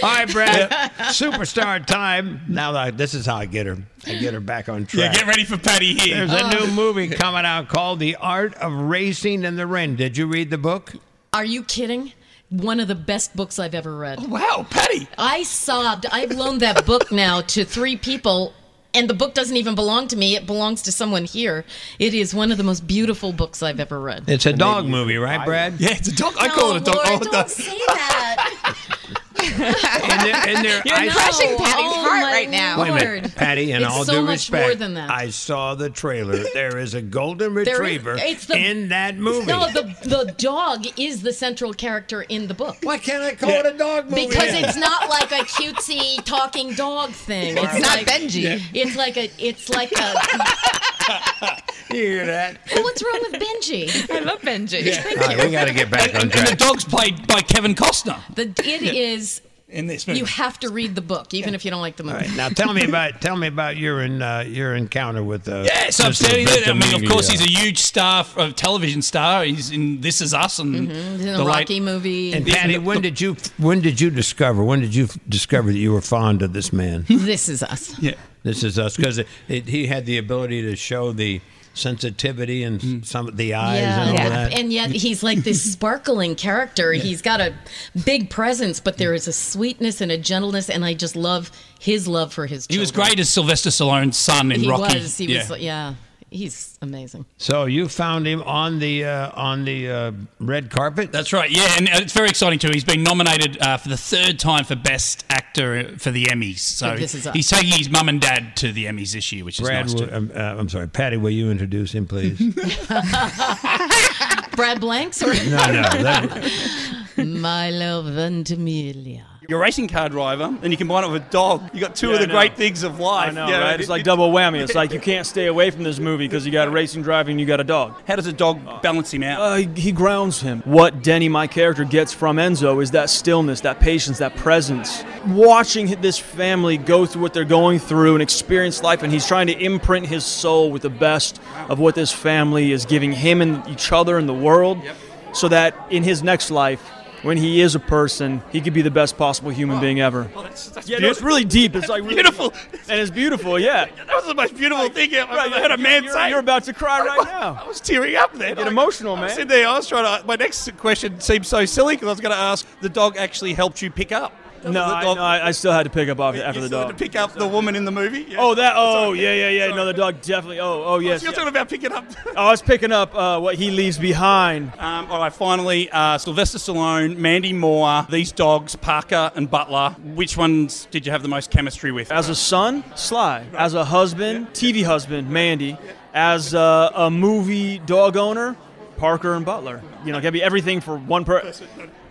All right, Brad. Superstar time. Now that I- this is how I get her. I get Oh. her back on Yeah, track. get ready for Patty Heat. There's a new movie coming out called The Art of Racing in the Rain. Did you read the book? Are you kidding? One of the best books I've ever read. wow, Patty. I sobbed. I've loaned that book now to three people, and the book doesn't even belong to me. It belongs to someone here. It is one of the most beautiful books I've ever read. It's a dog movie, right, Brad? Yeah, it's a dog. I call oh, it a dog. Lord, all the don't time. say that. And there, and there, I, No, crushing Patty's oh, heart my right now. Wait a Lord. minute, Patty. In it's all so due much respect, more than that. I saw the trailer. There is a golden is- retriever it's the- in that movie. no, the the dog is the central character in the book. Why can't I call it a dog movie? Because it's not like a cutesy talking dog thing. It's It's not like, Benji. It's like a. It's like a. you hear that? Well, what's wrong with Benji? I love Benji. All right, we got to get back on And, and the track. dog's played by Kevin Costner The it is. in this movie. You have to read the book, even if you don't like the movie. All right, now tell me about tell me about your in, uh, your encounter with uh, yeah, so Mr. upsetting. isn't it? I mean, of Benjamin, course, yeah. he's a huge star, f- a television star. He's in This Is Us and Mm-hmm. He's in a the late- Rocky movie. And Patty, when did you when did you discover when did you f- discover that you were fond of this man? this is us. Yeah. this is us because it, it, he had the ability to show the sensitivity and Mm. s- some of the eyes and all that. and yet he's like this sparkling character. He's got a big presence, but there is a sweetness and a gentleness, and I just love his love for his. He was children. great as Sylvester Stallone's son in He Rocky. was. He was. Yeah, he's amazing. so you found him on the uh, on the uh, red carpet. That's right. Yeah, and it's very exciting too. He's been nominated uh, for the third time for Best Actor uh, for the Emmys. So So this is us. he's taking his mum and dad to the Emmys this year, which is Brad, nice will, too. um, uh, I'm sorry, Patty. Will you introduce him, please? no, Brad Blanks or no. that- Milo Ventimiglia. You're a racing car driver, and you combine it with a dog. You got two Yeah, of the I know. great things of life. I know, Yeah, right? it- It's like it- double whammy. It's like you can't stay away from this movie because you got a racing driving, you got a dog. How does a dog balance him out? Uh, he, he grounds him. What Denny, my character, gets from Enzo is that stillness, that patience, that presence. Watching this family go through what they're going through and experience life, and he's trying to imprint his soul with the best of what this family is giving him and each other and the world, so that in his next life, when he is a person, he could be the best possible human being ever. that's, that's Yeah, no, it's really deep. It's like really beautiful. and it's beautiful. Yeah. That was the most beautiful thing I've Right, ever heard a man you're, say. You're about to cry right I now. was tearing up then. Get I- emotional, I was man. sitting there, I was trying to. My next question seems so silly because I was going to ask: the dog actually helped you pick up? No, I, no, I, I still had to pick up after, after you the still had dog. to pick up the woman in the movie. Yeah. Oh, that. Oh, Sorry. yeah, yeah, yeah. Sorry. No, the dog definitely. Oh, oh, yes. You're yeah. talking about picking up. I was picking up uh, what he leaves behind. Um, all right, finally, uh, Sylvester Stallone, Mandy Moore, these dogs, Parker and Butler. Which ones did you have the most chemistry with? As a son, Sly. As a husband, TV husband, Mandy. As uh, a movie dog owner, Parker and Butler. You know, it can be everything for one person.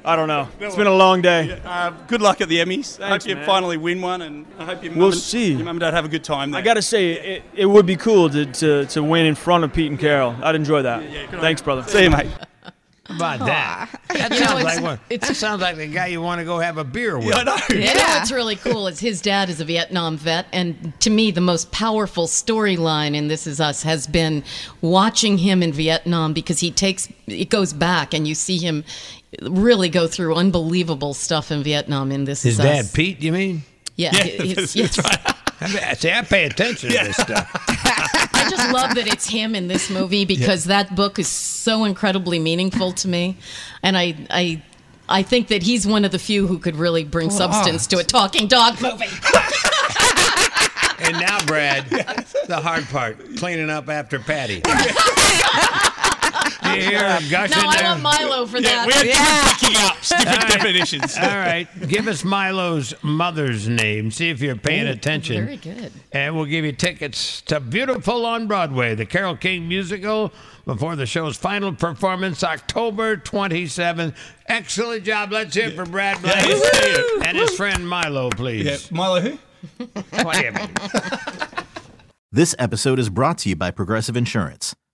I don't know. It's been a long day. uh, good luck at the Emmys. I hope Thanks, you man. finally win one, and I hope your mum We'll and- see. Your mum and dad have a good time. There. I gotta say, it, it would be cool to, to, to win in front of Pete and Carol. I'd enjoy that. Thanks, brother. see you, mate. How about that? That know, sounds it's- like one. It sounds like the guy you want to go have a beer with. I know. You know what's really cool is his dad is a Vietnam vet, and to me, the most powerful storyline in This Is Us has been watching him in Vietnam because he takes it goes back, and you see him really go through unbelievable stuff in Vietnam in This His Is dad, Us. Pete. You mean? yeah, his- yes. I mean, see, I pay attention to this stuff. I just love that it's him in this movie because that book is so incredibly meaningful to me, and I I. I think that he's one of the few who could really bring substance to a talking dog movie. And now, Brad, the hard part, cleaning up after Patty. you hear him gushing No, I there? want Milo for Yeah, that. we're different picking ups, different definitions. All right, give us Milo's mother's name. See if you're paying attention. very good. And we'll give you tickets to Beautiful on Broadway, the Carol King musical, before the show's final performance, October 27th. Excellent job. Let's hear it for Brad Blaze Woo-hoo! and his friend Milo, please. Yeah, Milo who? Whatever. This episode is brought to you by Progressive Insurance.